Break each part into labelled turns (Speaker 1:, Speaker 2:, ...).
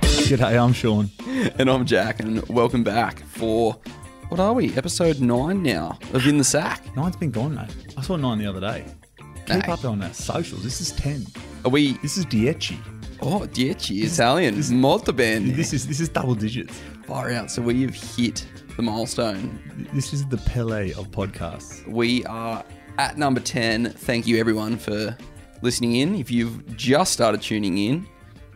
Speaker 1: G'day, I'm Sean.
Speaker 2: And I'm Jack, and welcome back for what are we? Episode nine now of In the Sack.
Speaker 1: Nine's been gone, mate. I saw nine the other day. Keep
Speaker 2: Nah.
Speaker 1: up on the socials. This is ten.
Speaker 2: Are we?
Speaker 1: This is Dieci.
Speaker 2: Oh, Dieci Italian, Molto bene.
Speaker 1: This is this is double digits.
Speaker 2: far out. So we have hit the milestone.
Speaker 1: This is the Pele of podcasts.
Speaker 2: We are at number ten. Thank you everyone for listening in. If you've just started tuning in,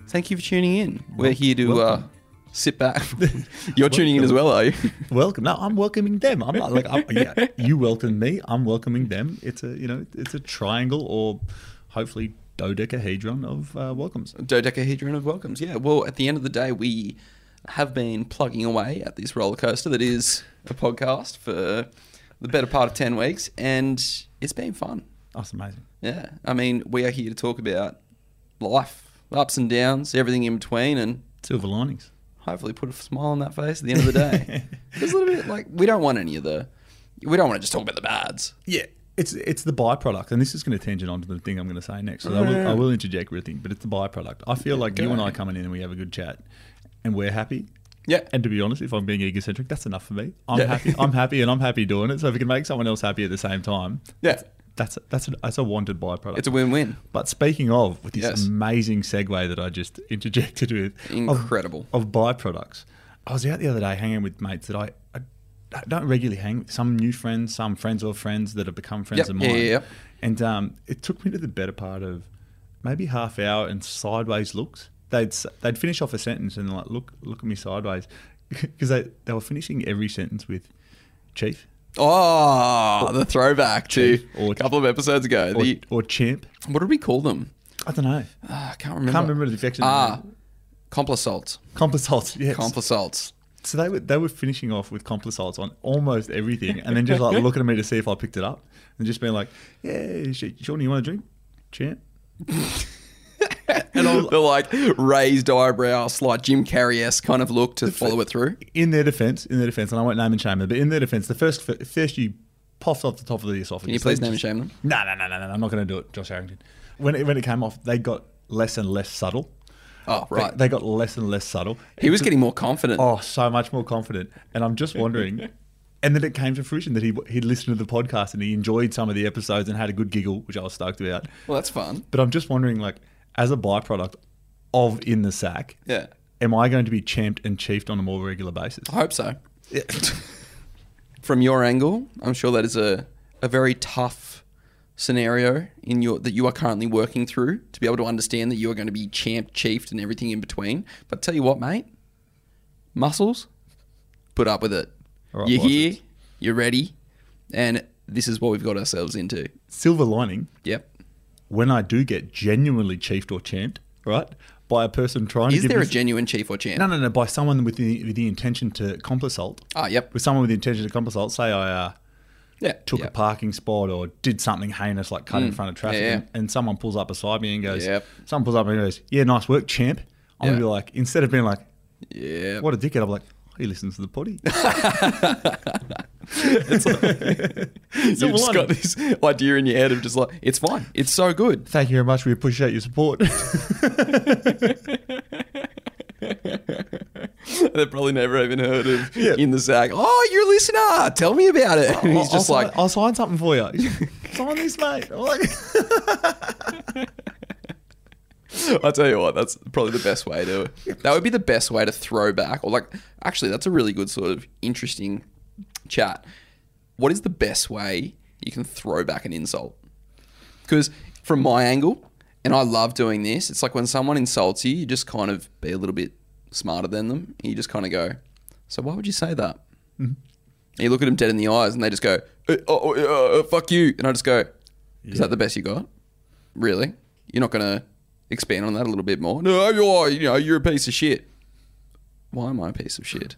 Speaker 2: thank you for tuning in. We're here to uh,
Speaker 1: welcome.
Speaker 2: sit back. You're tuning in as well, are you?
Speaker 1: Welcome. No, I'm welcoming them. I'm not like I'm, yeah. You welcome me. I'm welcoming them. It's a you know it's a triangle or hopefully dodecahedron of uh, welcomes.
Speaker 2: dodecahedron of welcomes. Yeah. Well, at the end of the day, we have been plugging away at this roller coaster that is a podcast for the better part of 10 weeks, and it's been fun.
Speaker 1: That's amazing.
Speaker 2: Yeah. I mean, we are here to talk about life, ups and downs, everything in between, and
Speaker 1: Silver linings.
Speaker 2: hopefully put a smile on that face at the end of the day. it's a little bit like we don't want any of the, we don't want to just talk about the bads.
Speaker 1: Yeah. It's, it's the byproduct, and this is going to tangent onto the thing I'm going to say next. So I, will,
Speaker 2: Mm.
Speaker 1: I will interject with a thing, but it's the byproduct. I feel like you and I coming in and we have a good chat, and we're happy.
Speaker 2: Yeah.
Speaker 1: And to be honest, if I'm being egocentric, that's enough for me. I'm
Speaker 2: Yeah.
Speaker 1: happy. I'm happy, and I'm happy doing it. So if we can make someone else happy at the same time,
Speaker 2: Yeah.
Speaker 1: that's that's a, that's a wanted byproduct.
Speaker 2: It's a win win.
Speaker 1: but speaking of, with this
Speaker 2: Yes.
Speaker 1: amazing segue that I just interjected with, of-
Speaker 2: Incredible.
Speaker 1: of byproducts. I was out the other day hanging with mates that I, I I don't regularly hang with. Some new friends, some friends of friends that have become friends
Speaker 2: Yep,
Speaker 1: of
Speaker 2: yeah,
Speaker 1: mine.
Speaker 2: yeah, yep.
Speaker 1: And um, it took me to the better part of maybe half hour and sideways looks. They'd s- they'd finish off a sentence and like look look at me sideways because they they were finishing every sentence with chief
Speaker 2: Oh, the throwback to
Speaker 1: Or-
Speaker 2: a couple of episodes ago.
Speaker 1: or,
Speaker 2: The,
Speaker 1: or champ.
Speaker 2: what did we call them?
Speaker 1: I don't know.
Speaker 2: Ah, I can't remember.
Speaker 1: Can't remember the affection.
Speaker 2: Ah, complisalt.
Speaker 1: Complisalt. Yes.
Speaker 2: Complisalt.
Speaker 1: So they were they were finishing off with complisalts on almost everything, and then just like looking at me to see if I picked it up, and just being like, "Yeah, sh- Sean, you want a drink, champ?"
Speaker 2: And all the like raised eyebrow, slight Jim Carrey esque kind of look to follow it through.
Speaker 1: In their defence, in their defence, and I won't name and shame them, but in their defence, the first first you popped off the top of the esophagus.
Speaker 2: Can you please name and shame them?
Speaker 1: No, no, no, no, no. I'm not going to do it, Josh Harrington. When it, when it came off, they got less and less subtle.
Speaker 2: Oh,
Speaker 1: They-
Speaker 2: right.
Speaker 1: They got less and less subtle.
Speaker 2: He was getting more confident.
Speaker 1: Oh, so much more confident. And I'm just wondering. and then it came to fruition that he he listened to the podcast and he enjoyed some of the episodes and had a good giggle, which I was stoked about.
Speaker 2: Well, that's fun.
Speaker 1: But I'm just wondering, like, as a byproduct of in the sack,
Speaker 2: Yeah.
Speaker 1: am I going to be champed and chiefed on a more regular basis?
Speaker 2: I hope so. From your angle, I'm sure that is a, a very tough scenario in your that you are currently working through to be able to understand that you are going to be champ, chiefed, and everything in between. But tell you what, mate, muscles, put up with it.
Speaker 1: All right,
Speaker 2: you're
Speaker 1: license.
Speaker 2: here, you're ready, and this is what we've got ourselves into.
Speaker 1: Silver lining:
Speaker 2: Yep.
Speaker 1: when I do get genuinely chiefed or champed, right, by a person trying to
Speaker 2: Is
Speaker 1: give
Speaker 2: there
Speaker 1: me
Speaker 2: a genuine chief or champ?
Speaker 1: no, no, no, by someone with the with the intention to complisalt,
Speaker 2: Ah, yep.
Speaker 1: with someone with the intention to complisalt, say I. Uh,
Speaker 2: Yeah.
Speaker 1: took
Speaker 2: yep.
Speaker 1: a
Speaker 2: Mm.
Speaker 1: parking spot or did something heinous like cut in front of traffic
Speaker 2: Yeah, yeah.
Speaker 1: and, and someone pulls up beside me and goes
Speaker 2: Yep.
Speaker 1: someone pulls up and goes yeah nice work champ i'm
Speaker 2: Yeah.
Speaker 1: gonna be like instead of being like
Speaker 2: Yeah.
Speaker 1: what a dickhead i'm like he listens to the potty
Speaker 2: You've
Speaker 1: Silver
Speaker 2: just got
Speaker 1: lining.
Speaker 2: this idea in your head of just like, it's fine. It's so good.
Speaker 1: thank you very much we appreciate your support
Speaker 2: They've probably never even heard of
Speaker 1: Yeah.
Speaker 2: in the sack. Oh, you're a listener. Tell me about it. And he's
Speaker 1: I'll-
Speaker 2: just
Speaker 1: I'll
Speaker 2: like,
Speaker 1: sign, i'll sign something for you sign this mate I'm like,
Speaker 2: I tell you what, that's probably the best way to. That would be the best way to throw back, or like, actually, that's a really good sort of interesting chat. What is the best way you can throw back an insult? Because from my angle, and I love doing this, it's like when someone insults you, you just kind of be a little bit smarter than them. You just kind of go, "So why would you say that?" And you look at them dead in the eyes, and they just go, "Uh, oh, uh, uh, "Fuck you," and I just go, "Is that the best you got?" Really? You're not going to expand on that a little bit more? No, you are. You know, you're a piece of shit. Why am I a piece of shit?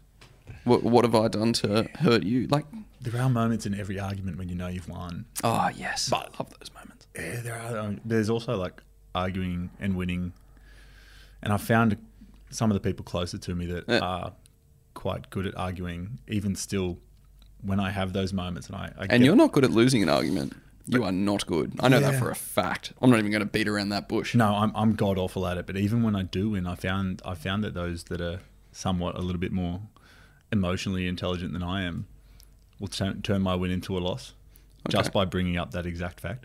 Speaker 2: What, what have I done to hurt you? Like,
Speaker 1: there are moments in every argument when you know you've won
Speaker 2: oh, yes. I love those moments.
Speaker 1: Yeah, there are. um, There's also like arguing and winning, and I found some of the people closer to me that
Speaker 2: Yeah.
Speaker 1: are quite good at arguing, even still. When I have those moments, and I, I
Speaker 2: And you're not good at losing an argument. You are not good. I know that
Speaker 1: Yeah.
Speaker 2: for a fact. I'm not even going to beat around that bush.
Speaker 1: No, I'm, I'm god awful at it. But even when I do win, I found I found that those that are somewhat a little bit more emotionally intelligent than I am will turn, turn my win into a loss just by bringing up that exact fact.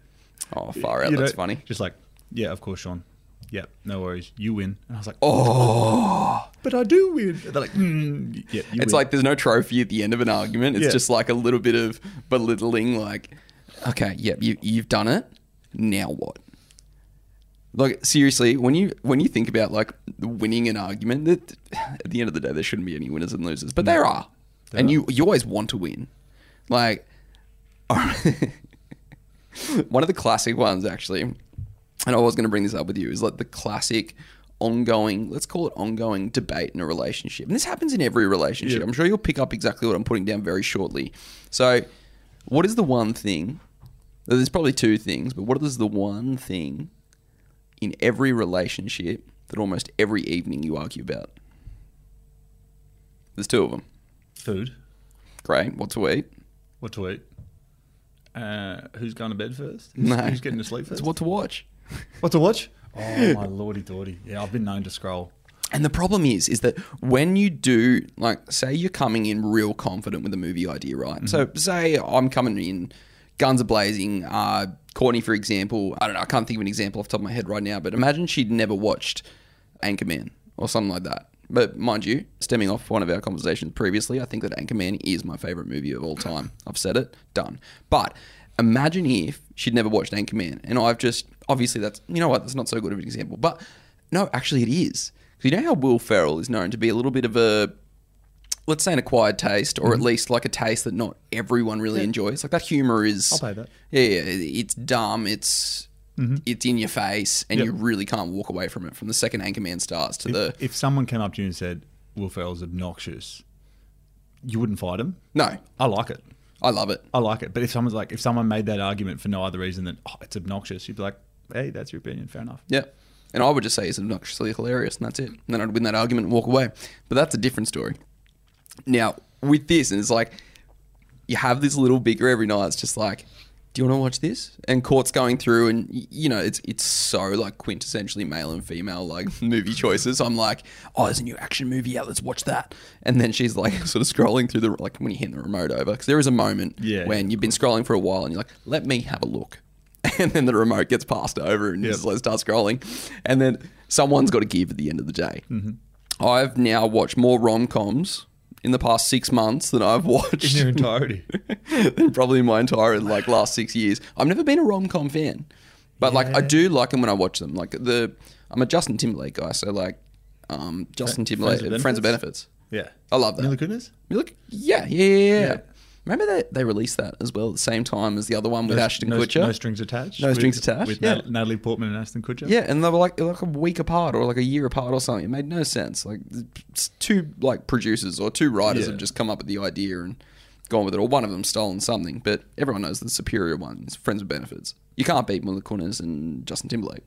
Speaker 2: Oh, far out.
Speaker 1: You
Speaker 2: That's
Speaker 1: know,
Speaker 2: funny.
Speaker 1: Just like, yeah, of course, Sean. Yeah, no worries. You win. And I was like, oh,
Speaker 2: Oh,
Speaker 1: but I do win. They're like, mm, yeah, you
Speaker 2: "Hmm, it's
Speaker 1: win.
Speaker 2: like there's no trophy at the end of an argument. It's
Speaker 1: Yeah.
Speaker 2: just like a little bit of belittling. Like, okay, yep, you, you've done it. Now what? Like seriously, when you when you think about like winning an argument, that at the end of the day there shouldn't be any winners and losers, but there are,
Speaker 1: There
Speaker 2: and
Speaker 1: are.
Speaker 2: you you always want to win. Like, one of the classic ones actually, and I was going to bring this up with you is like the classic ongoing, let's call it ongoing debate in a relationship, and this happens in every relationship.
Speaker 1: Yeah.
Speaker 2: I'm sure you'll pick up exactly what I'm putting down very shortly. So, what is the one thing? There's probably two things, but what is the one thing in every relationship that almost every evening you argue about? There's two of them.
Speaker 1: food.
Speaker 2: Great. What to eat?
Speaker 1: What to eat? Uh, who's going to bed first? Who's,
Speaker 2: No.
Speaker 1: who's getting to sleep
Speaker 2: It's
Speaker 1: first?
Speaker 2: what to watch.
Speaker 1: What to watch? Oh my lordy daughty. Yeah, I've been known to scroll.
Speaker 2: And the problem is, is that when you do, like, say you're coming in real confident with a movie idea, right? So, say I'm coming in, guns are blazing. Uh, Courtney, for example, I don't know, I can't think of an example off the top of my head right now, but imagine she'd never watched Anchorman or something like that. But mind you, stemming off one of our conversations previously, I think that Anchorman is my favorite movie of all time. I've said it, done. But imagine if she'd never watched Anchorman, and I've just obviously that's you know what that's not so good of an example, but no, actually it is. 'Cause You know how Will Ferrell is known to be a little bit of a, let's say, an acquired taste, or
Speaker 1: Mm-hmm.
Speaker 2: at least like a taste that not everyone really enjoys. Like that humor is.
Speaker 1: I'll pay that. Mm-hmm.
Speaker 2: Yeah, yeah, it- it's dumb. It's it's in your face, and you really can't walk away from it. From the second Anchorman starts to the
Speaker 1: If someone came up to you and said Will Ferrell's obnoxious, you wouldn't fight him.
Speaker 2: no,
Speaker 1: I like it.
Speaker 2: I love it.
Speaker 1: I like it. But if someone's like, if someone made that argument for no other reason than oh, it's obnoxious, you'd be like, hey, that's your opinion. Fair enough.
Speaker 2: Yeah, and I would just say it's obnoxiously hilarious, and that's it. And then I'd win that argument and walk away. But that's a different story. Now with this, and it's like you have this little bigger every night. It's just like, do you want to watch this? And court's going through, and y- you know, it's it's so like quintessentially male and female like movie choices. I'm like, oh, there's a new action movie out. Let's watch that. And then she's like, sort of scrolling through the like when you hand the remote over because there is a moment
Speaker 1: Yeah,
Speaker 2: when
Speaker 1: yeah,
Speaker 2: you've been scrolling for a while and you're like, let me have a look. And then the remote gets passed over and you
Speaker 1: Yep.
Speaker 2: just like start scrolling. And then someone's got to give at the end of the day.
Speaker 1: Mm-hmm.
Speaker 2: I've now watched more rom coms in the past six months than I've watched
Speaker 1: In their entirety.
Speaker 2: than probably my entire like last six years. I've never been a rom com fan, but like I
Speaker 1: Yeah.
Speaker 2: do like them when I watch them. Like the I'm a Justin Timberlake guy, so like um, Justin
Speaker 1: Fri-
Speaker 2: Timberlake,
Speaker 1: Friends with
Speaker 2: Friends of Benefits.
Speaker 1: Benefits? yeah.
Speaker 2: I love that.
Speaker 1: Mila Kunis?
Speaker 2: You look, yeah, yeah, yeah. yeah.
Speaker 1: Yeah.
Speaker 2: Remember that they released that as well at the same time as the other one with Ashton
Speaker 1: no,
Speaker 2: Kutcher.
Speaker 1: No strings attached.
Speaker 2: No
Speaker 1: with-
Speaker 2: strings attached,
Speaker 1: With
Speaker 2: yeah.
Speaker 1: Nat- Natalie Portman and Ashton Kutcher?
Speaker 2: yeah, and they were like they were like a week apart or like a year apart or something. It made no sense. Like it's two like producers or two writers
Speaker 1: Yeah.
Speaker 2: have just come up with the idea and gone with it, or one of them stolen something. But everyone knows the superior one is Friends with Benefits. You can't beat Mila Kunis and Justin Timberlake.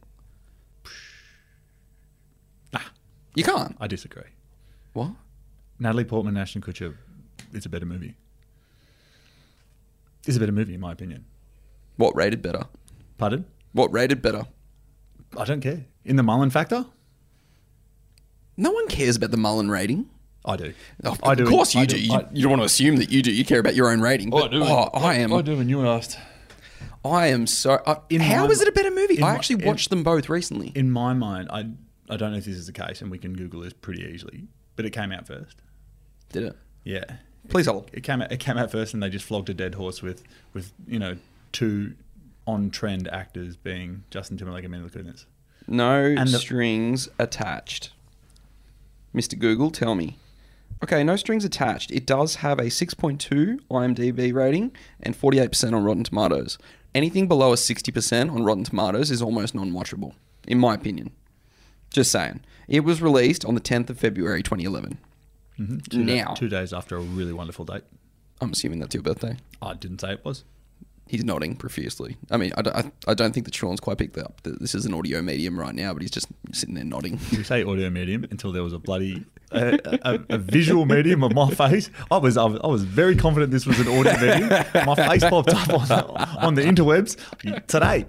Speaker 1: Ah,
Speaker 2: You can't.
Speaker 1: I disagree.
Speaker 2: What?
Speaker 1: Natalie Portman and Ashton Kutcher, it's a better movie. It's a better movie, in my opinion.
Speaker 2: What rated better?
Speaker 1: Pardon?
Speaker 2: What rated better?
Speaker 1: I don't care. In the Mullen factor?
Speaker 2: No one cares about the Mullen rating.
Speaker 1: I do.
Speaker 2: Oh, Of,
Speaker 1: I do.
Speaker 2: of course you
Speaker 1: I
Speaker 2: do. You,
Speaker 1: I,
Speaker 2: you don't want to assume that you do. You care about your own rating.
Speaker 1: Oh,
Speaker 2: but-
Speaker 1: I do.
Speaker 2: Oh, I am.
Speaker 1: I do. And you asked.
Speaker 2: I am so. Uh,
Speaker 1: In
Speaker 2: how
Speaker 1: my-
Speaker 2: is it a better movie?
Speaker 1: in
Speaker 2: I
Speaker 1: my-
Speaker 2: actually
Speaker 1: in-
Speaker 2: watched them both recently.
Speaker 1: In my mind, I I don't know if this is the case, and we can Google this pretty easily. But it came out first.
Speaker 2: Did it?
Speaker 1: Yeah.
Speaker 2: Please hold.
Speaker 1: It came out, it came out first, and they just flogged a dead horse with with you know two on trend actors being Justin Timberlake and Mila Kunis.
Speaker 2: No
Speaker 1: the-
Speaker 2: strings attached. Mr. Google, tell me. Okay, no strings attached. It does have a 6.2 IMDb rating and 48% on Rotten Tomatoes. Anything below a 60% on Rotten Tomatoes is almost non watchable, in my opinion. Just saying. It was released on the 10th of February 2011.
Speaker 1: Mm-hmm. Two da-
Speaker 2: Now.
Speaker 1: two days after a really wonderful date.
Speaker 2: I'm assuming that's your birthday.
Speaker 1: I didn't say it was.
Speaker 2: He's nodding profusely. I mean, I don't, I, I don't think that Sean's quite picked that up. that This is an audio medium right now, but he's just sitting there nodding.
Speaker 1: You say audio medium until there was a bloody a, a, a visual medium of my face. I was, I was I was very confident this was an audio medium. My face popped up on the, on the interwebs today.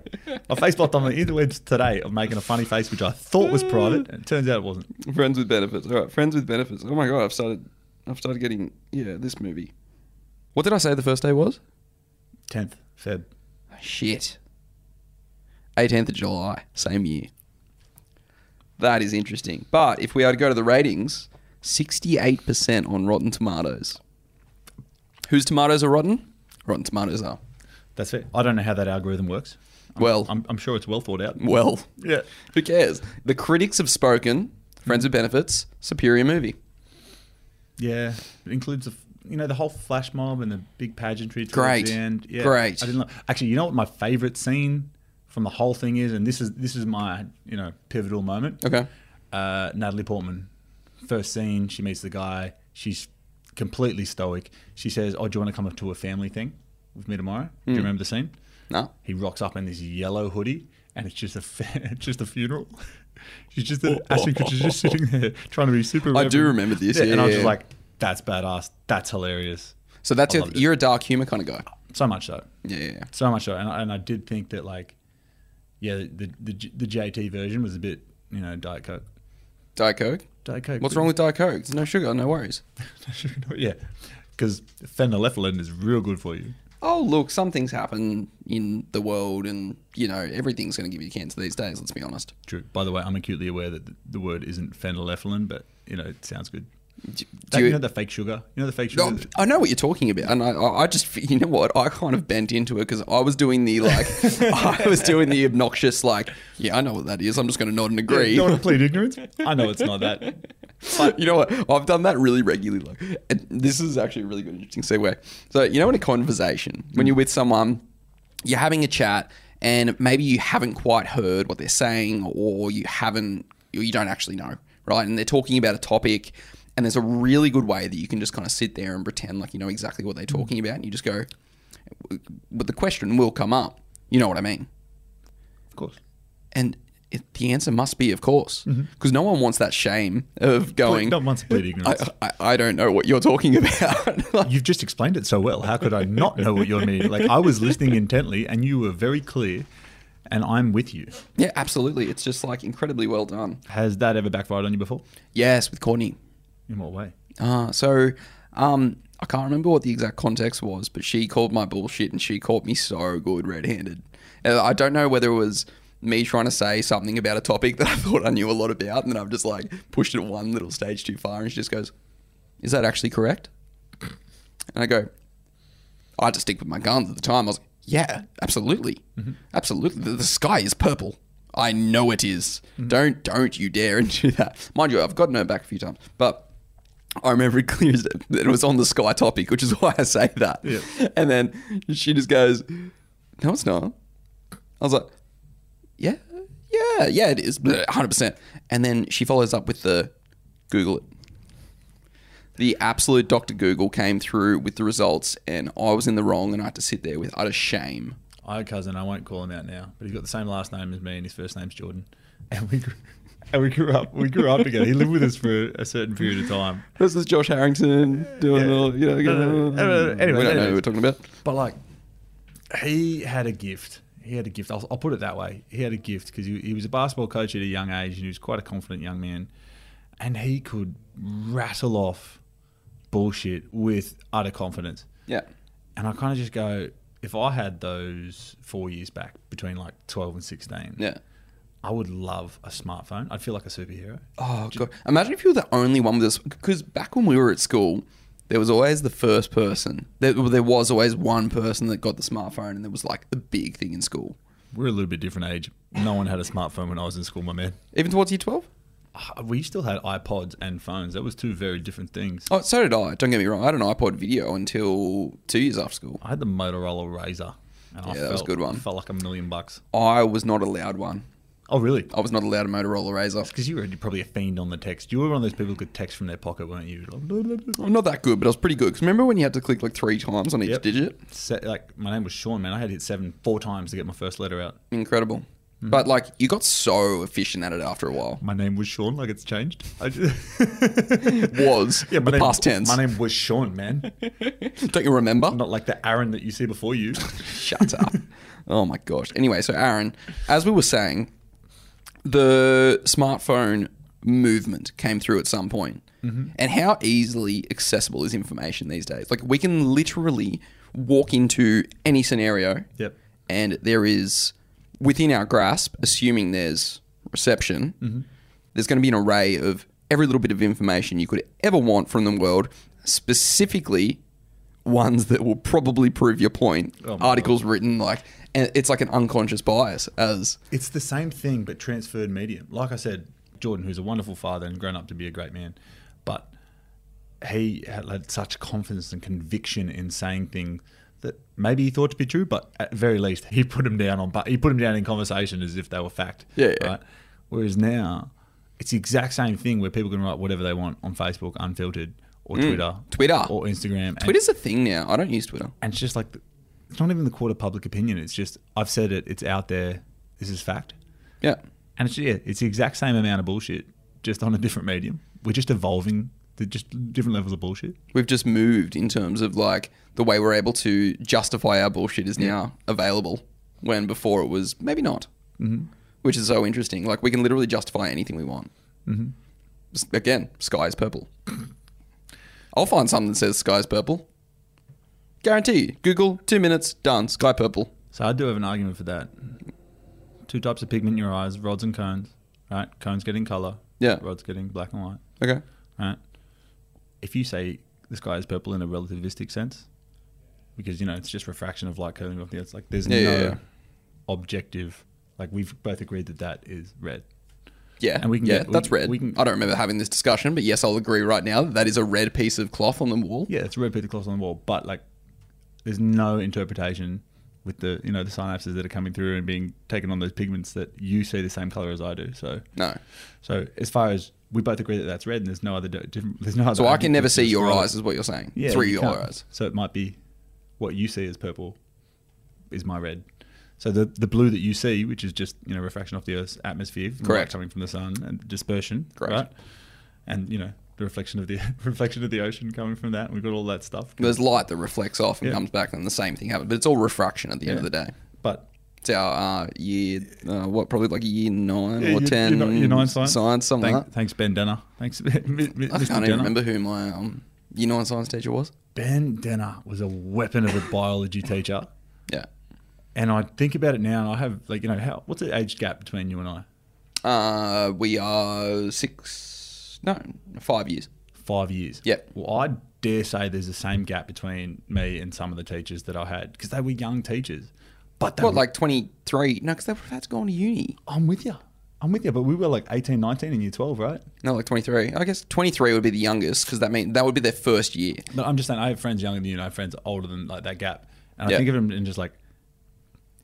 Speaker 1: My face popped up on the interwebs today of making a funny face, which I thought was private, and it turns out it wasn't.
Speaker 2: Friends with benefits. All right, friends with benefits. Oh my god, I've started. I've started getting yeah this movie. What did I say the first day was?
Speaker 1: Tenth Feb.
Speaker 2: Oh, Shit. 18th of July, same year. That is interesting. But if we are to go to the ratings, 68% on Rotten Tomatoes. Whose tomatoes are rotten? Rotten Tomatoes are.
Speaker 1: That's it. I don't know how that algorithm works. I'm-
Speaker 2: Well-
Speaker 1: I'm, I'm sure it's well thought out.
Speaker 2: Well,
Speaker 1: Yeah.
Speaker 2: who cares? The critics have spoken. Friends with
Speaker 1: Mm.
Speaker 2: Benefits, superior movie.
Speaker 1: Yeah, it includes the f- you know the whole flash mob and the big pageantry. towards
Speaker 2: Great.
Speaker 1: the end. Yeah,
Speaker 2: Great.
Speaker 1: I didn't like, actually. You know what my favorite scene from the whole thing is, and this is this is my you know pivotal moment.
Speaker 2: Okay.
Speaker 1: Uh, Natalie Portman, first scene, she meets the guy. She's completely stoic. She says, "Oh, do you want to come up to a family thing with me tomorrow?" Do
Speaker 2: Hmm.
Speaker 1: you remember the scene?
Speaker 2: No.
Speaker 1: He rocks up in this yellow hoodie, and it's just a fa- it's just a funeral. She's just a, Ashton Kutcher's just sitting there trying to be super.
Speaker 2: I do
Speaker 1: reverent.
Speaker 2: remember this,
Speaker 1: and I was
Speaker 2: yeah.
Speaker 1: just like, "That's badass. That's hilarious."
Speaker 2: So that's
Speaker 1: I
Speaker 2: your,
Speaker 1: loved it.
Speaker 2: you're a dark humor kind of guy.
Speaker 1: So much so,
Speaker 2: Yeah, yeah, yeah.
Speaker 1: so much so, and I, and I did think that like, yeah, the the J- the JT version was a bit, you know, Diet Coke.
Speaker 2: Diet Coke.
Speaker 1: Diet Coke.
Speaker 2: What's wrong with Diet Coke? There's no sugar, no worries.
Speaker 1: yeah, because phenylephrine is real good for you.
Speaker 2: oh look, some things happen in the world, and you know everything's going to give you cancer these days. Let's be honest.
Speaker 1: True. By the way, I'm acutely aware that the- the word isn't phenylephrine, but you know, it sounds good.
Speaker 2: Do,
Speaker 1: That-
Speaker 2: do
Speaker 1: you,
Speaker 2: you-
Speaker 1: know the fake sugar. You know the fake sugar.
Speaker 2: No, I know what you're talking about, and I, I I just, you know what, I kind of bent into it because I was doing the like, I was doing the obnoxious like, yeah, I know what that is. I'm just going to nod and agree.
Speaker 1: You don't want to plead ignorance? I know it's not that.
Speaker 2: you know what? I've done that really regularly. Like, and this is actually a really good, interesting segue. So, you know, in a conversation, when you're with someone, you're having a chat, and maybe you haven't quite heard what they're saying, or you haven't, or you don't actually know, right? And they're talking about a topic, and there's a really good way that you can just kind of sit there and pretend like you know exactly what they're talking about, and you just go, but the question will come up. You know what I mean?
Speaker 1: Of course.
Speaker 2: And it, the answer must be, of course, because no one wants that shame of going.
Speaker 1: Not once plead
Speaker 2: Oh, I,
Speaker 1: ignorance.
Speaker 2: I, I don't know what you're talking about. Like,
Speaker 1: You've just explained it so well. How could I not know what you're meaning? Like I was listening intently, and you were very clear, and I'm with you.
Speaker 2: yeah, absolutely. It's just like incredibly well done.
Speaker 1: Has that ever backfired on you before?
Speaker 2: Yes, with Courtney.
Speaker 1: In what way?
Speaker 2: Uh, so um, I can't remember what the exact context was, but she called my bullshit and she caught me so good red handed. I don't know whether it was me trying to say something about a topic that I thought I knew a lot about, and then I've just like pushed it one little stage too far, and she just goes, Is that actually correct? And I go, I had to stick with my guns at the time. I was like, yeah, absolutely, absolutely. The, the sky is purple. I know it is. Don't don't you dare do that. Mind you, I've gotten her back a few times, but I remember it clear as day that it was on the sky topic, which is why I say that.
Speaker 1: Yeah.
Speaker 2: And then she just goes, "No, it's not." I was like, "Yeah, yeah, yeah, it is, hundred percent." And then she follows up with the Google it the absolute Dr. Google came through with the results, and I was in the wrong, and I had to sit there with utter shame.
Speaker 1: I had a cousin. I won't call him out now, but he's got the same last name as me, and his first name's Jordan. And we grew, and we grew up. We grew up together. He lived with us for a certain period of time.
Speaker 2: This is Josh Harrington doing
Speaker 1: Yeah.
Speaker 2: all, you know,
Speaker 1: No, no, no. No, no,
Speaker 2: we
Speaker 1: no.
Speaker 2: don't
Speaker 1: Anyway,
Speaker 2: know who
Speaker 1: anyways.
Speaker 2: we're talking about.
Speaker 1: But like, he had a gift. He had a gift. I'll, I'll put it that way. He had a gift because he, he was a basketball coach at a young age and he was quite a confident young man. And he could rattle off bullshit with utter confidence.
Speaker 2: Yeah.
Speaker 1: And I kind of just go, if I had those four years back between like 12 and 16,
Speaker 2: Yeah.
Speaker 1: I would love a smartphone. I'd feel like a superhero.
Speaker 2: Oh, God. Imagine if you were the only one with this. Because back when we were at school, there was always the first person. There, well, there was always one person that got the smartphone, and it was like the big thing in school.
Speaker 1: We're a little bit different age. No one had a smartphone when I was in school, my man.
Speaker 2: Even towards year 12?
Speaker 1: Ah, We still had iPods and phones. That was two very different things.
Speaker 2: Oh, so did I. Don't get me wrong. I had an iPod video until two years after school.
Speaker 1: I had the Motorola Razor. And I
Speaker 2: Yeah, that was a good one.
Speaker 1: Felt like a million bucks.
Speaker 2: I was not allowed one.
Speaker 1: Oh, really?
Speaker 2: I was not allowed a Motorola Razor.
Speaker 1: Because you were probably a fiend on the text. You were one of those people who could text from their pocket, weren't you? Like, blah, blah, blah.
Speaker 2: I'm not that good, but I was pretty good. Because remember when you had to click like three times on each
Speaker 1: Yep.
Speaker 2: digit?
Speaker 1: Se- like my name was Sean, man. I had to hit seven four times to get my first letter out.
Speaker 2: Incredible. But like you got so efficient at it after a while.
Speaker 1: My name was Sean. Like it's changed. I
Speaker 2: Was
Speaker 1: yeah, my
Speaker 2: the
Speaker 1: name,
Speaker 2: past tense.
Speaker 1: My name was Sean, man.
Speaker 2: Don't you remember?
Speaker 1: Not like the Aaron that you see before you.
Speaker 2: Shut up. Oh my gosh. Anyway, so Aaron, as we were saying, the smartphone movement came through at some point. And how easily accessible is information these days? Like we can literally walk into any scenario.
Speaker 1: Yep.
Speaker 2: And there is within our grasp, assuming there's reception,
Speaker 1: Mm-hmm.
Speaker 2: there's going to be an array of every little bit of information you could ever want from the world, specifically ones that will probably prove your point.
Speaker 1: Oh my
Speaker 2: Articles written like, and it's like an unconscious bias as
Speaker 1: It's the same thing, but transferred medium. Like I said, Jordan, who's a wonderful father and grown up to be a great man, but he had, had such confidence and conviction in saying things that maybe he thought to be true, but at very least he put them down on, but he put them down in conversation as if they were fact.
Speaker 2: Yeah, yeah.
Speaker 1: Right. Whereas now, it's the exact same thing where people can write whatever they want on Facebook, unfiltered, or Twitter,
Speaker 2: Mm. Twitter.
Speaker 1: or Instagram. and-
Speaker 2: Twitter's a thing now. I don't use Twitter.
Speaker 1: and it's just like the, it's not even the court of public opinion. It's just I've said it. It's out there. This is fact.
Speaker 2: Yeah.
Speaker 1: And it's, yeah, it's the exact same amount of bullshit, just on a different medium. We're just evolving to just different levels of bullshit.
Speaker 2: We've just moved in terms of like the way we're able to justify our bullshit is now available when before it was maybe not, mm-hmm. which is so interesting. Like we can literally justify anything we want. S- Again, sky is purple. I'll find something that says sky is purple. Guarantee you. Google, two minutes, done, sky purple.
Speaker 1: So I do have an argument for that. Two types of pigment in your eyes: rods and cones. Right? Cones getting color.
Speaker 2: Yeah.
Speaker 1: Rods getting black and white.
Speaker 2: Okay.
Speaker 1: Right? If you say the sky is purple in a relativistic sense, because you know it's just refraction of light curling off the earth. Like there's
Speaker 2: Yeah,
Speaker 1: no
Speaker 2: yeah, yeah.
Speaker 1: objective. Like we've both agreed that that is red.
Speaker 2: Yeah,
Speaker 1: And we can
Speaker 2: yeah,
Speaker 1: get- we-
Speaker 2: that's red.
Speaker 1: we can-
Speaker 2: I don't remember having this discussion, but yes, I'll agree right now that that is a red piece of cloth on the wall.
Speaker 1: Yeah, it's a red piece of cloth on the wall, but like, there's no interpretation with the you know the synapses that are coming through and being taken on those pigments that you see the same color as I do. So,
Speaker 2: No,
Speaker 1: so as far as we both agree that that's red, and there's no other di- different. There's no other.
Speaker 2: so I can
Speaker 1: adjective
Speaker 2: never
Speaker 1: to
Speaker 2: see your
Speaker 1: describe it.
Speaker 2: eyes, is what you're saying.
Speaker 1: Yeah,
Speaker 2: through
Speaker 1: you
Speaker 2: your
Speaker 1: can't.
Speaker 2: eyes.
Speaker 1: So it might be what you see as purple is my red. So the the blue that you see, which is just you know refraction off the Earth's atmosphere, from light
Speaker 2: Correct.
Speaker 1: coming from the sun and dispersion,
Speaker 2: Correct.
Speaker 1: right? And you know the reflection of the reflection of the ocean coming from that. We've got all that stuff.
Speaker 2: There's light that reflects off and
Speaker 1: Yeah.
Speaker 2: comes back, and the same thing happens. But it's all refraction at the end of
Speaker 1: Yeah.
Speaker 2: the day.
Speaker 1: But
Speaker 2: It's our uh, year, uh, what probably like year nine
Speaker 1: Yeah,
Speaker 2: or
Speaker 1: you-
Speaker 2: ten,
Speaker 1: you're not- you're nine science.
Speaker 2: something
Speaker 1: Thank-
Speaker 2: like that.
Speaker 1: thanks, Ben Denner. Thanks, Mi- Mi- Mi-
Speaker 2: I
Speaker 1: Mr.
Speaker 2: can't
Speaker 1: Denner.
Speaker 2: even remember who my um, year nine science teacher was.
Speaker 1: Ben Denner was a weapon of a biology teacher,
Speaker 2: Yeah,
Speaker 1: and I think about it now, and I have like you know how what's the age gap between you and I?
Speaker 2: uh, we are six, no, five years.
Speaker 1: Five years.
Speaker 2: Yep.
Speaker 1: Well, I dare say there's the same gap between me and some of the teachers that I had because they were young teachers, but they
Speaker 2: What,
Speaker 1: were,
Speaker 2: like twenty three? No, because they were about to go on to uni.
Speaker 1: I'm with you. I'm with you, but we were like 18, 19 in year 12, right?
Speaker 2: No, like 23. I guess 23 would be the youngest because that mean that would be their first year.
Speaker 1: No, I'm just saying I have friends younger than you, and I have friends older than like that gap. And
Speaker 2: Yeah.
Speaker 1: I think of them in just like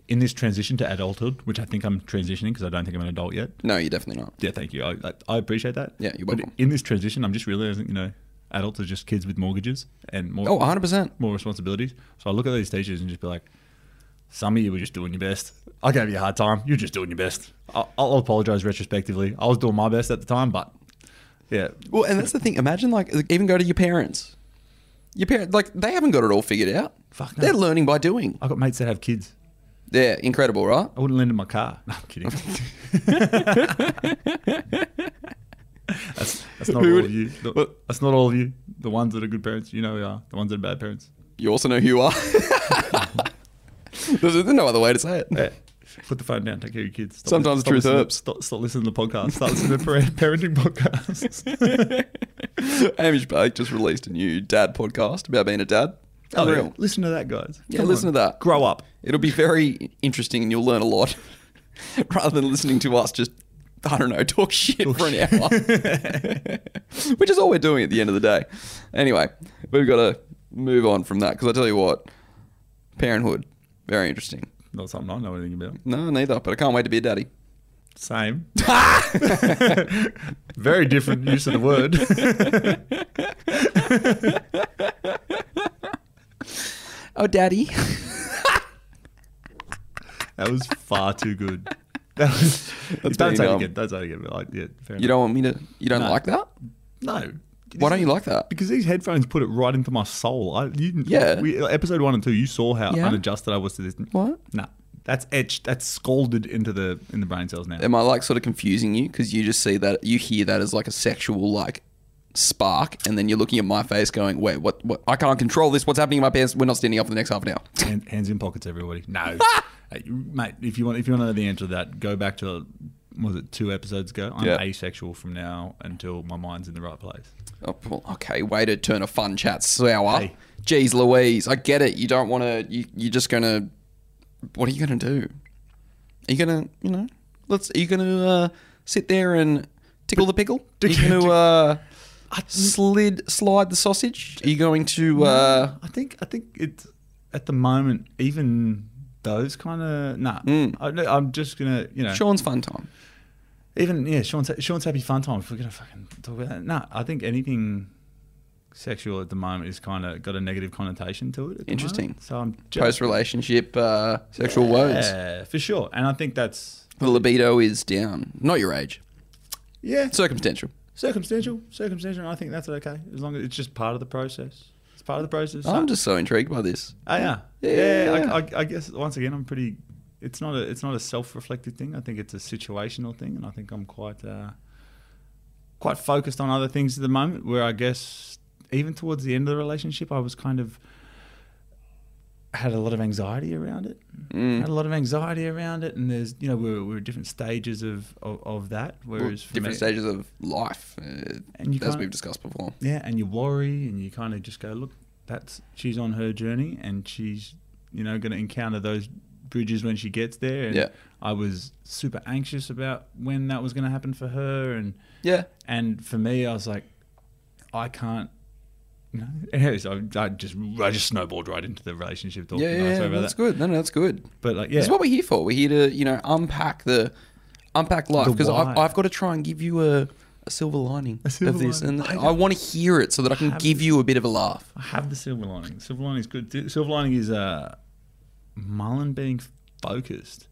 Speaker 1: in this transition to adulthood, which I think I'm transitioning because I don't think I'm an adult yet.
Speaker 2: No, you're definitely not.
Speaker 1: Yeah, thank you. I, I, I appreciate that.
Speaker 2: Yeah, you're
Speaker 1: But
Speaker 2: welcome.
Speaker 1: in this transition, I'm just realizing, you know, adults are just kids with mortgages and more
Speaker 2: Oh, 100%.
Speaker 1: more responsibilities. So I look at these teachers and just be like, some of you were just doing your best. I gave you a hard time. You're just doing your best. I'll, I'll apologize retrospectively. I was doing my best at the time, but yeah,
Speaker 2: Well, and that's the thing. Imagine like even go to your parents. Your parents like they haven't got it all figured out.
Speaker 1: Fuck no.
Speaker 2: They're learning by doing.
Speaker 1: I got mates that have kids.
Speaker 2: They're incredible, right?
Speaker 1: I wouldn't lend him my car. No, I'm kidding. that's, that's not
Speaker 2: Who
Speaker 1: all
Speaker 2: would-
Speaker 1: of you. The-
Speaker 2: Well-
Speaker 1: that's not all of you. The ones that are good parents, you know, who are the ones that are bad parents.
Speaker 2: You also know who you are. there's, there's no other way to say it.
Speaker 1: Put the phone down. Take care of your kids. Stop
Speaker 2: Sometimes
Speaker 1: stop
Speaker 2: truth
Speaker 1: listening-
Speaker 2: hurts.
Speaker 1: Stop, stop listening to the podcast. Start listening to par- parenting podcasts.
Speaker 2: Amish Blake just released a new dad podcast about being a dad.
Speaker 1: oh,
Speaker 2: Unreal.
Speaker 1: yeah. listen to that, guys.
Speaker 2: Yeah, listen to that.
Speaker 1: Grow up.
Speaker 2: It'll be very interesting and you'll learn a lot rather than listening to us just, I don't know, talk shit for an hour, which is all we're doing at the end of the day. Anyway, we've got to move on from that because I tell you what, parenthood, very interesting.
Speaker 1: Not something I know anything about.
Speaker 2: No, neither, but I can't wait to be a daddy.
Speaker 1: Same. Very different use of the word.
Speaker 2: Oh, daddy.
Speaker 1: That was far too good. That was.
Speaker 2: That's
Speaker 1: don't
Speaker 2: pretty
Speaker 1: say it
Speaker 2: dumb.
Speaker 1: again. Don't say it again. but Like, yeah, fair
Speaker 2: You don't want me to? You don't
Speaker 1: No.
Speaker 2: like that?
Speaker 1: enough. No.
Speaker 2: Why don't you like that?
Speaker 1: Because these headphones put it right into my soul. I, you,
Speaker 2: Yeah.
Speaker 1: We, episode one and two, you saw how
Speaker 2: Yeah.
Speaker 1: unadjusted I was to this.
Speaker 2: What?
Speaker 1: No. That's etched. That's scalded into the in the brain cells now.
Speaker 2: Am I like sort of confusing you? Because you just see that you hear that as like a sexual like spark, and then you're looking at my face going, "Wait, what? What? I can't control this. What's happening in my pants? We're not standing up for the next half an hour."
Speaker 1: Hand, hands in pockets, everybody. No, Hey, you- mate. If you want, if you want to know the answer to that, go back to was it two episodes ago? I'm
Speaker 2: Yeah.
Speaker 1: asexual from now until my mind's in the right place.
Speaker 2: Oh, well, okay, way to turn a fun chat sour.
Speaker 1: Hey.
Speaker 2: Jeez Louise, I get it. You don't want to, you, you're just going to, what are you going to do? Are you going to, you know, let's, are you going to uh, sit there and tickle the pickle? Are you going to uh, slid, slide the sausage? Are you going to, uh,
Speaker 1: I think I think it's at the moment even those kind of nah.
Speaker 2: Mm.
Speaker 1: I, no, I'm just gonna you know
Speaker 2: Sean's fun time?
Speaker 1: even yeah Sean's Sean's happy fun time. If we're gonna fucking talk about that, nah. I think anything sexual at the moment is kind of got a negative connotation to it. at the
Speaker 2: Interesting.
Speaker 1: moment. So I'm
Speaker 2: Post
Speaker 1: just
Speaker 2: relationship uh, sexual woes.
Speaker 1: yeah for sure, and I think that's
Speaker 2: The libido is down. Not your age,
Speaker 1: yeah
Speaker 2: circumstantial.
Speaker 1: Circumstantial, circumstantial. I think that's okay as long as it's just part of the process. It's part of the process.
Speaker 2: I'm just so intrigued by this.
Speaker 1: Oh, yeah,
Speaker 2: Yeah,
Speaker 1: yeah.
Speaker 2: yeah, yeah.
Speaker 1: I, I, I guess once again, I'm pretty. It's not a. It's not a self-reflective thing. I think it's a situational thing, and I think I'm quite, uh, quite focused on other things at the moment. Where I guess even towards the end of the relationship, I was kind of had a lot of anxiety around it.
Speaker 2: Mm.
Speaker 1: Had a lot of anxiety around it, and there's you know we were, we were different stages of of, of that.
Speaker 2: Well,
Speaker 1: Whereas for
Speaker 2: different
Speaker 1: me-
Speaker 2: stages of life, uh,
Speaker 1: And you
Speaker 2: as
Speaker 1: can't-
Speaker 2: we've discussed before.
Speaker 1: yeah, and you worry and you kind of just go, look, that's she's on her journey and she's you know going to encounter those bridges when she gets there. And
Speaker 2: Yeah.
Speaker 1: I was super anxious about when that was going to happen for her, and
Speaker 2: Yeah,
Speaker 1: and for me, I was like, I can't. You know, anyways, I, I just I just snowballed right into the relationship talk.
Speaker 2: yeah,
Speaker 1: and I was
Speaker 2: yeah.
Speaker 1: sorry about
Speaker 2: that's
Speaker 1: that.
Speaker 2: good. No, no, that's good.
Speaker 1: But like,
Speaker 2: That's
Speaker 1: yeah,
Speaker 2: what we're here for. We're here to, you know, unpack the unpack life
Speaker 1: The
Speaker 2: because I've,
Speaker 1: why.
Speaker 2: I've got to try and give you a, a silver lining
Speaker 1: silver
Speaker 2: of this,
Speaker 1: lining.
Speaker 2: and
Speaker 1: I
Speaker 2: I, want to hear it so that I can
Speaker 1: have
Speaker 2: give you a bit of a laugh.
Speaker 1: I have the silver lining. Silver lining is good. Th- Silver lining is uh, Mullen being focused.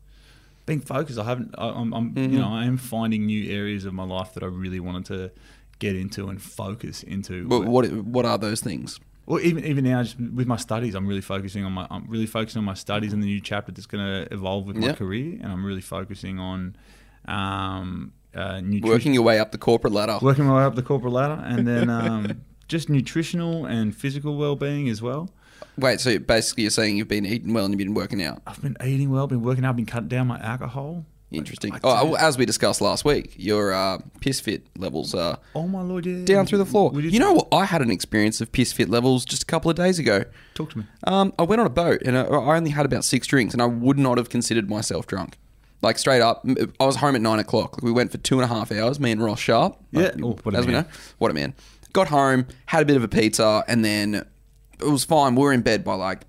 Speaker 1: Being focused. I haven't. I, I'm. I'm You
Speaker 2: Mm-hmm.
Speaker 1: know, I am finding new areas of my life that I really wanted to get into and focus into.
Speaker 2: But what what are those things?
Speaker 1: Well, even even now, just with my studies, I'm really focusing on my. I'm really focusing on my studies and the new chapter that's going to evolve with my
Speaker 2: Yeah.
Speaker 1: career, and I'm really focusing on. Um, uh, nutrition,
Speaker 2: Working your way up the corporate ladder.
Speaker 1: working my way up the corporate ladder, and then um, just nutritional and physical well-being as well.
Speaker 2: Wait, so basically you're saying you've been eating well and you've been working out.
Speaker 1: I've been eating well, been working out, been cutting down my alcohol.
Speaker 2: Interesting.
Speaker 1: I
Speaker 2: oh,
Speaker 1: do.
Speaker 2: as we discussed last week, your uh, piss fit levels are
Speaker 1: Oh my lord, yeah.
Speaker 2: down through the floor.
Speaker 1: Would
Speaker 2: You know what? I had an experience of piss fit levels just a couple of days ago.
Speaker 1: talk to me.
Speaker 2: Um, I went on a boat and I, I only had about six drinks, and I would not have considered myself drunk. Like straight up, m- I was home at nine o'clock. We went for two and a half hours. Me and Ross Sharp.
Speaker 1: Yeah.
Speaker 2: Like,
Speaker 1: Oh, what a
Speaker 2: as we
Speaker 1: man.
Speaker 2: know, what a man. Got home, had a bit of a pizza, and then it was fine. We were in bed by like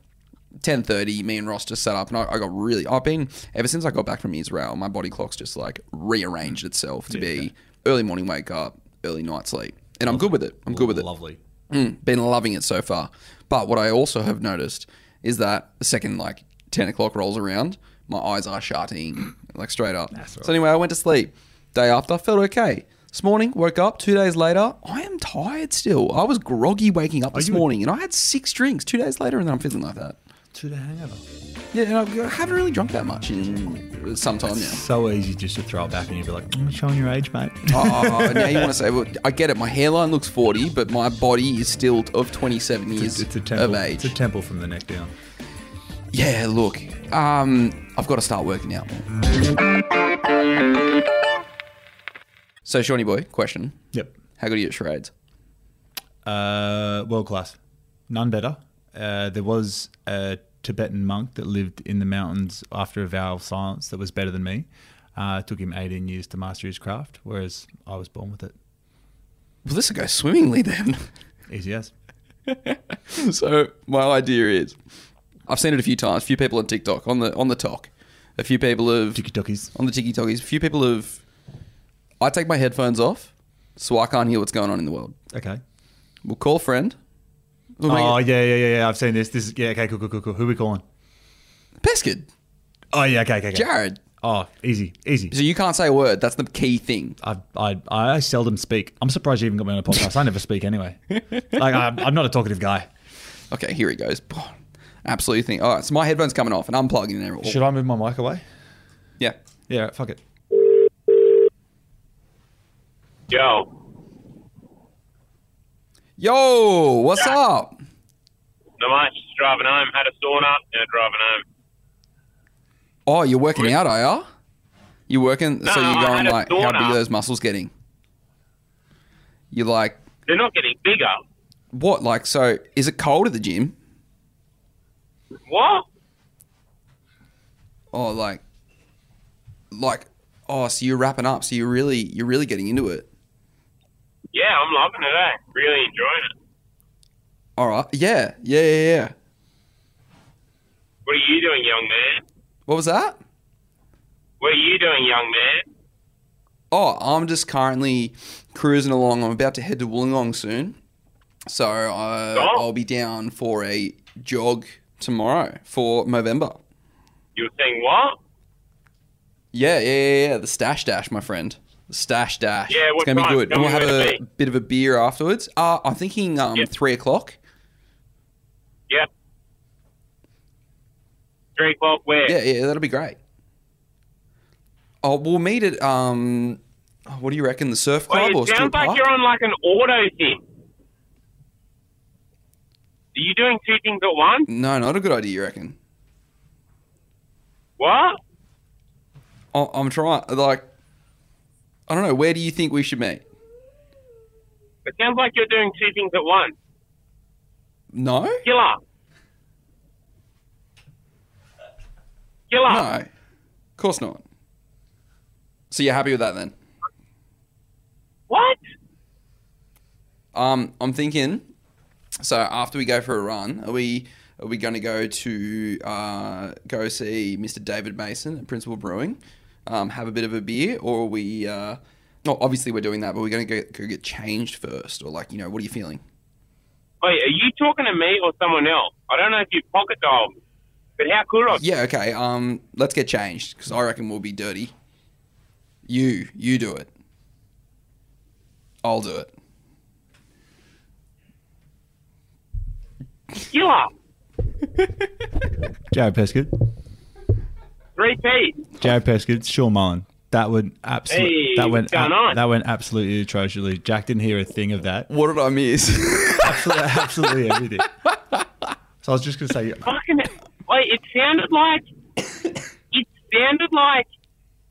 Speaker 2: ten thirty. Me and Ross just sat up, and I, I got really. I've been ever since I got back from Israel. My body clock's just like rearranged itself to be early morning wake up, early night sleep, and I'm good with it. I'm good with it.
Speaker 1: Lovely.
Speaker 2: Mm, been loving it so far. But what I also have noticed is that the second like ten o'clock rolls around, my eyes are sharting like straight up.
Speaker 1: all
Speaker 2: So anyway, I went to sleep. Day after, felt okay. This morning, woke up. Two days later, I am tired still. I was groggy waking up this
Speaker 1: you a-
Speaker 2: morning, and I had six drinks. Two days later, and then I'm feeling like that.
Speaker 1: To the hangover.
Speaker 2: Yeah, and I I haven't really drunk that much in some time now.
Speaker 1: So easy just to throw it back and you'd be like, I'm showing your age, mate.
Speaker 2: Oh, now you want to say, well, I get it. My hairline looks 40, but my body is still of 27 years
Speaker 1: it's a temple.
Speaker 2: of
Speaker 1: It's
Speaker 2: age.
Speaker 1: a temple from the neck down.
Speaker 2: Yeah, look, um, I've got to start working out. more. So, Shawnee boy, question:
Speaker 1: Yep.
Speaker 2: How good are you at charades?
Speaker 1: Uh, world class. None better. Uh, there was a Tibetan monk that lived in the mountains after a vow of silence that was better than me. Uh, it took him 18 years to master his craft, whereas I was born with it.
Speaker 2: Well, this will go swimmingly then.
Speaker 1: Easy as.
Speaker 2: so, my idea is, I've seen it a few times. A few people on TikTok on the on the talk A few people have
Speaker 1: Tiki Tokies.
Speaker 2: on the tiki tokis. A few people have. I take my headphones off, so I can't hear what's going on in the world.
Speaker 1: Okay.
Speaker 2: We'll call a friend. We'll make
Speaker 1: Oh
Speaker 2: it-
Speaker 1: yeah, yeah, yeah, yeah. I've seen this. This is yeah. Okay, cool, cool, cool, cool. Who we calling?
Speaker 2: Peskid,
Speaker 1: Oh yeah, okay, okay, okay.
Speaker 2: Jared.
Speaker 1: Oh, easy, easy.
Speaker 2: So you can't say a word. That's the key thing.
Speaker 1: I, I, I seldom speak. I'm surprised you even got me on a podcast. I never speak anyway. Like I'm, I'm not a talkative guy.
Speaker 2: Okay, here he goes. Absolutely thing. All right, so my headphone's coming off, and I'm plugging in there.
Speaker 1: Should I move my mic away?
Speaker 2: Yeah.
Speaker 1: Yeah, right, fuck it.
Speaker 3: Yo,
Speaker 2: Yo, what's up?
Speaker 3: not much. Just driving home. Had a sauna. Yeah, driving home.
Speaker 2: Oh, you're working out, are ya? You working? so
Speaker 3: No,
Speaker 2: you're
Speaker 3: I
Speaker 2: going
Speaker 3: had a
Speaker 2: like, how big
Speaker 3: sauna.
Speaker 2: are those muscles getting? You're like,
Speaker 3: They're not getting bigger.
Speaker 2: what? Like, so is it cold at the gym?
Speaker 3: What?
Speaker 2: Oh, like, like, oh, so you're wrapping up. So you're really, you're really getting into it.
Speaker 3: Yeah, I'm loving it. Eh? Really enjoying it.
Speaker 2: All right. Yeah. Yeah. Yeah. Yeah.
Speaker 3: What are you doing, young man?
Speaker 2: What was that?
Speaker 3: What are you doing, young man?
Speaker 2: Oh, I'm just currently cruising along. I'm about to head to Wollongong soon, so uh,
Speaker 3: Oh.
Speaker 2: I'll be down for a jog tomorrow for Movember.
Speaker 3: You were saying what?
Speaker 2: Yeah, yeah, yeah, yeah. The stash dash, my friend. The stash dash.
Speaker 3: Yeah,
Speaker 2: it's
Speaker 3: what
Speaker 2: gonna be
Speaker 3: time?
Speaker 2: good.
Speaker 3: Tell
Speaker 2: And we'll
Speaker 3: me
Speaker 2: have
Speaker 3: where to
Speaker 2: a
Speaker 3: be.
Speaker 2: bit of a beer afterwards. Uh, I'm thinking um,
Speaker 3: Yeah.
Speaker 2: three o'clock.
Speaker 3: Yeah. Three o'clock. Where?
Speaker 2: Yeah, yeah, that'll be great. Oh, we'll meet at um, oh, what do you reckon? The surf club
Speaker 3: Wait,
Speaker 2: or
Speaker 3: it sounds
Speaker 2: Stewart
Speaker 3: like
Speaker 2: Park?
Speaker 3: you're on like an auto thing. Are you doing two things at once?
Speaker 2: No, not a good idea. You reckon?
Speaker 3: What?
Speaker 2: I- I'm trying. Like, I don't know. Where do you think we should meet?
Speaker 3: It sounds like you're doing two things at once.
Speaker 2: No,
Speaker 3: Killer. Killer.
Speaker 2: no, of course not. So you're happy with that then?
Speaker 3: What?
Speaker 2: Um, I'm thinking. So after we go for a run, are we are we going to go to uh, go see Mr. David Mason at Principal Brewing, um, have a bit of a beer, or are we? Uh, no, obviously we're doing that, but we're going to go, go get changed first, or like you know, what are you feeling?
Speaker 3: Wait, are you talking to me or someone else? I don't know if you pocket dialed, me, but how could I?
Speaker 2: Yeah, okay. Um, let's get changed because I reckon we'll be dirty. You, you do it. I'll do it.
Speaker 3: Killer.
Speaker 1: Jared Peskett.
Speaker 3: Three P.
Speaker 1: Jared Peskett. Sean Mullen. That went absolutely.
Speaker 3: Hey,
Speaker 1: that went.
Speaker 3: what's going on?
Speaker 1: That went absolutely atrociously. Jack didn't hear a thing of that.
Speaker 2: What did I miss?
Speaker 1: Absolutely, absolutely everything. So I was just gonna say.
Speaker 3: Fucking. Wait, it sounded like. it sounded like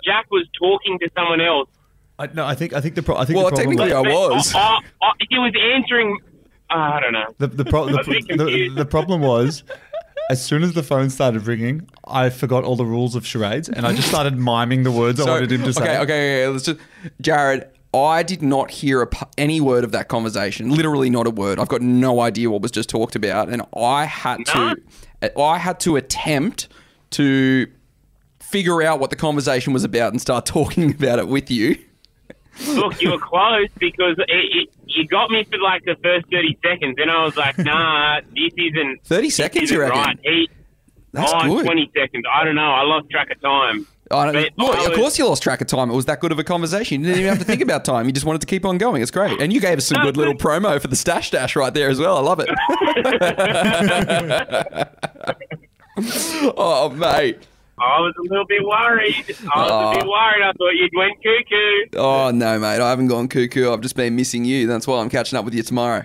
Speaker 3: Jack was talking to someone else.
Speaker 1: I, no, I think. I think the. Pro- I think
Speaker 2: Well,
Speaker 1: the problem.
Speaker 2: technically, I
Speaker 1: was,
Speaker 2: was.
Speaker 3: But I, I, I, he was answering. uh, I don't know.
Speaker 1: the, the, pro- the,
Speaker 3: a bit
Speaker 1: the,
Speaker 3: confused.
Speaker 1: the problem was. As soon as the phone started ringing, I forgot all the rules of charades, and I just started miming the words I wanted him to
Speaker 2: okay,
Speaker 1: say.
Speaker 2: Okay, okay, okay. Let's just, Jared. I did not hear a, pu- any word of that conversation. Literally, not a word. I've got no idea what was just talked about, and I had
Speaker 3: No.
Speaker 2: to, I had to attempt to figure out what the conversation was about and start talking about it with you.
Speaker 3: Look, you were close because it, it, you got me for like the first thirty seconds. Then I was like, Nah, this isn't.
Speaker 2: Thirty
Speaker 3: this
Speaker 2: seconds,
Speaker 3: isn't
Speaker 2: you reckon?
Speaker 3: right. He,
Speaker 2: That's
Speaker 3: oh,
Speaker 2: good.
Speaker 3: 20 seconds. I don't know. I lost track of time.
Speaker 2: Oh, I don't,
Speaker 3: But
Speaker 2: look,
Speaker 3: I
Speaker 2: of
Speaker 3: was-
Speaker 2: course you lost track of time. It was that good of a conversation. You didn't even have to think about time. You just wanted to keep on going. It's great. And you gave us some
Speaker 3: No,
Speaker 2: good little
Speaker 3: but-
Speaker 2: promo for the stash dash right there as well. I love it. oh, mate.
Speaker 3: I was a little bit worried. I was a
Speaker 2: Aw.
Speaker 3: bit worried. I thought you'd went cuckoo.
Speaker 2: Oh, no, mate. I haven't gone cuckoo. I've just been missing you. That's why I'm catching up with you tomorrow.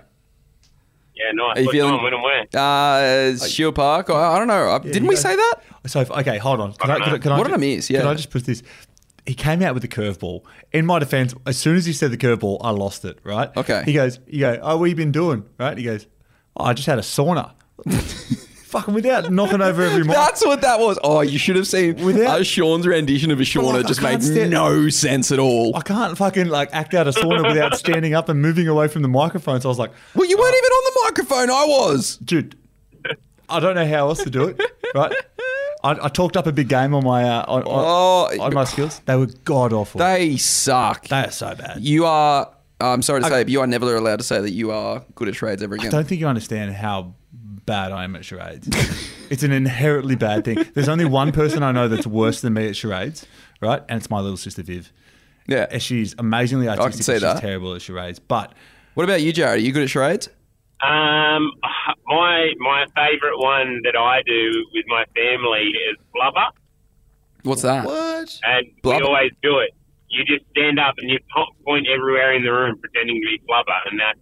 Speaker 3: Yeah, nice.
Speaker 2: Are you
Speaker 3: What
Speaker 2: feeling-
Speaker 3: time? When and where?
Speaker 2: Uh, Shield Park. I, I don't know. I- didn't
Speaker 1: you
Speaker 2: we
Speaker 1: go.
Speaker 2: say that?
Speaker 1: So if- okay, hold on. Can I, can I, can
Speaker 2: What
Speaker 1: I,
Speaker 2: did I miss? Yeah.
Speaker 1: Can I just put this? He came out with a curveball. In my defense, as soon as he said the curveball, I lost it. Right.
Speaker 2: Okay.
Speaker 1: He goes. You go. Oh, what you been doing? Right. He goes. Oh, I just had a sauna. Fucking without knocking over every mic.
Speaker 2: That's what that was. Oh, you should have seen
Speaker 1: Without-
Speaker 2: uh, Sean's rendition of a Shauna.
Speaker 1: Like, I
Speaker 2: just
Speaker 1: can't
Speaker 2: made
Speaker 1: stand-
Speaker 2: no sense at all.
Speaker 1: I can't fucking like act out a sauna without standing up and moving away from the microphone. So I was like,
Speaker 2: Well, you weren't even on the microphone. I was.
Speaker 1: dude, I don't know how else to do it. Right. I, I talked up a big game on my uh, on, on-
Speaker 2: Oh.
Speaker 1: on my skills. They were god awful. They,
Speaker 2: They suck.
Speaker 1: are so bad.
Speaker 2: you are. uh, I'm sorry to say, but you are never allowed to say that you are good at trades ever
Speaker 1: I
Speaker 2: again.
Speaker 1: don't think you understand how bad I am at charades. it's an inherently bad thing. There's only one person I know that's worse than me at charades, right? And it's my little sister Viv.
Speaker 2: Yeah.
Speaker 1: And She's amazingly artistic. but
Speaker 2: say
Speaker 1: she's
Speaker 2: that.
Speaker 1: terrible at charades, but
Speaker 2: What about you, Jared? Are you good at trades?
Speaker 3: Um, my my favourite one that I do with my family is blubber,
Speaker 2: What's that?
Speaker 1: what?
Speaker 3: and
Speaker 2: Blubber?
Speaker 3: we always do it. You just stand up and you po- point everywhere in the room, pretending to be blubber, and that's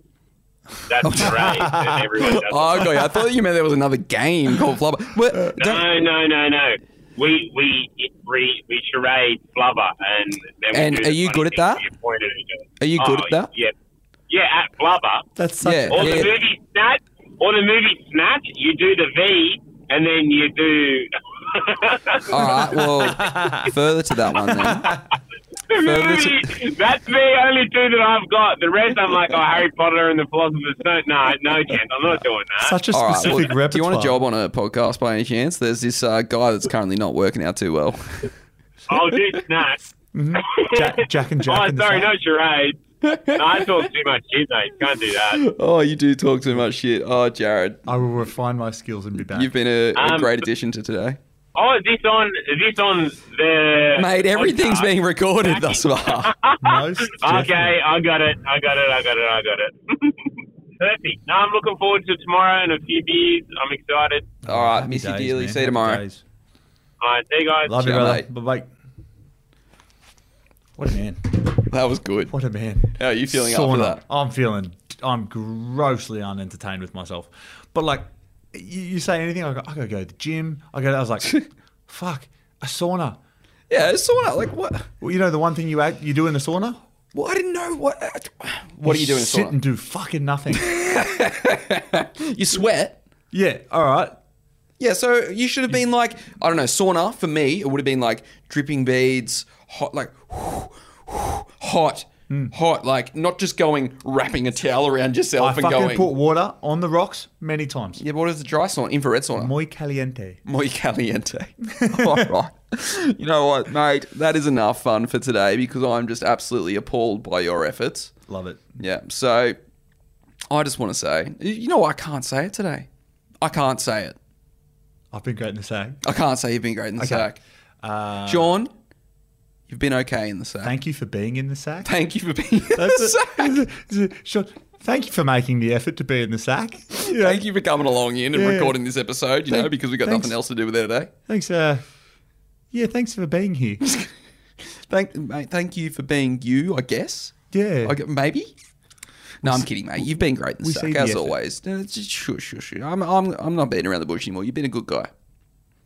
Speaker 3: that's the raid that everyone does.
Speaker 2: Oh, I got you. I thought you meant there was another game called Flubber. What? Don't-
Speaker 3: No, no, no, no. We we we, we charade blubber, and then we
Speaker 2: And
Speaker 3: do
Speaker 2: are
Speaker 3: the
Speaker 2: you
Speaker 3: funny
Speaker 2: good at
Speaker 3: thing
Speaker 2: that?
Speaker 3: where you point at each other. Oh,
Speaker 2: Are you good at that?
Speaker 3: Yeah, yeah, at blubber.
Speaker 1: That's such
Speaker 2: Yeah.
Speaker 3: Or
Speaker 2: Yeah.
Speaker 3: the movie Snatch. Or the movie Snatch. You do the V, and then you do.
Speaker 2: All right. Well, further to that one then.
Speaker 3: Really? That's the only two that I've got. The rest, I'm like, oh, Harry Potter and the Philosopher's Stone. No, no chance. I'm not doing that.
Speaker 1: such a
Speaker 2: All right. Well,
Speaker 1: specific repertoire.
Speaker 2: do you want a job on a podcast by any chance? There's this uh, guy that's currently not working out too well.
Speaker 3: I'll do Snatch.
Speaker 1: Jack, Mm-hmm. Jack and Jack.
Speaker 3: oh,
Speaker 1: and the
Speaker 3: sorry,
Speaker 1: Snatch.
Speaker 3: no charade. No, I talk too much shit, mate. Can't do that.
Speaker 2: Oh, you do talk too much shit. Oh, Jared,
Speaker 1: I will refine my skills and be back.
Speaker 2: you've been a, a
Speaker 3: Um,
Speaker 2: great addition to today.
Speaker 3: Oh, is this on? Is this on the?
Speaker 2: Mate, everything's
Speaker 3: podcast?
Speaker 2: being recorded thus far.
Speaker 1: Most
Speaker 3: Okay, I got it. I got it. I got it. I got it. Perfect. No, I'm looking forward to tomorrow and a few beers. I'm excited.
Speaker 2: All right, miss you dearly. See you tomorrow.
Speaker 3: All right, see you guys.
Speaker 1: Love you,
Speaker 2: Ciao,
Speaker 1: brother.
Speaker 2: mate.
Speaker 1: Bye bye. What a man.
Speaker 2: That was good.
Speaker 1: What a man.
Speaker 2: How are you feeling after that?
Speaker 1: I'm feeling, I'm grossly unentertained with myself. But like, you, you say anything, I go, I gotta go to the gym. I go, I was like, fuck, a sauna.
Speaker 2: Yeah, it's sort of like what?
Speaker 1: Well, you know the one thing you act, you do in the sauna?
Speaker 2: Well, I didn't know what. What are you doing?
Speaker 1: Sit
Speaker 2: Simon?
Speaker 1: and do fucking nothing.
Speaker 2: You sweat.
Speaker 1: yeah, all right.
Speaker 2: Yeah, so you should have been like, I don't know, sauna for me, it would have been like dripping beads, hot, like hot,
Speaker 1: Hmm.
Speaker 2: hot, like not just going wrapping a towel around
Speaker 1: I
Speaker 2: yourself and
Speaker 1: fucking
Speaker 2: going.
Speaker 1: put water on the rocks many times.
Speaker 2: yeah, but what is the dry sauna? Infrared sauna.
Speaker 1: Muy caliente.
Speaker 2: Muy caliente. All right. You know what, mate? That is enough fun for today because I'm just absolutely appalled by your efforts.
Speaker 1: Love it.
Speaker 2: Yeah, so I just want to say, you know, I can't say it today. I can't say it.
Speaker 1: I've been great in the sack.
Speaker 2: I can't say you've been great in the
Speaker 1: Okay.
Speaker 2: sack.
Speaker 1: Uh,
Speaker 2: John, you've been okay in the sack. Thank,
Speaker 1: Thank you for being in the sack.
Speaker 2: you for being in the
Speaker 1: That's
Speaker 2: sack.
Speaker 1: it. Sure. Thank you for making the effort to be in the sack. Yeah.
Speaker 2: Thank you for coming along in and
Speaker 1: Yeah.
Speaker 2: recording this episode, you know,
Speaker 1: Thank-
Speaker 2: because we got
Speaker 1: thanks.
Speaker 2: nothing else to do with it today.
Speaker 1: Thanks. Uh, yeah, thanks for being here.
Speaker 2: Thank mate, thank you for being you, I guess.
Speaker 1: Yeah.
Speaker 2: I gu- maybe. No, I'm kidding, mate. You've been great in the
Speaker 1: we see
Speaker 2: sack,
Speaker 1: the
Speaker 2: as
Speaker 1: effort.
Speaker 2: always. No, it's just- sure, sure, sure. I'm, I'm, I'm not beating around the bush anymore. You've been a good guy.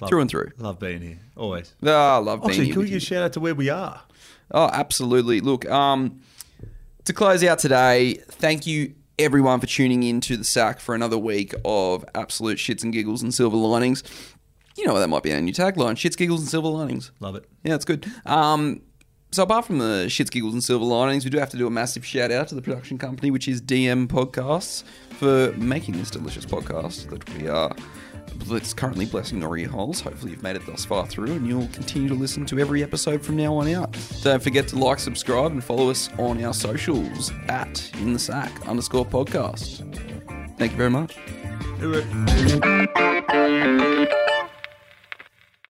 Speaker 1: Love-
Speaker 2: Through and through.
Speaker 1: Love being here. Always.
Speaker 2: Oh, I love being
Speaker 1: Actually,
Speaker 2: here
Speaker 1: can we
Speaker 2: with
Speaker 1: get a shout out to where we are?
Speaker 2: Oh, absolutely. Look, um, to close out today, thank you everyone for tuning in to the sack for another week of absolute shits and giggles and silver linings. You know what that might be our new tagline: shits, giggles, and silver linings.
Speaker 1: Love it.
Speaker 2: Yeah, it's good. Um, so apart from the shits, giggles, and silver linings, we do have to do a massive shout out to the production company, which is DM Podcasts, for making this delicious podcast that we are. That's currently blessing your ear holes. Hopefully, you've made it thus far through, and you'll continue to listen to every episode from now on out. Don't forget to like, subscribe, and follow us on our socials at in the sack underscore podcast. Thank you very much.
Speaker 1: Do it.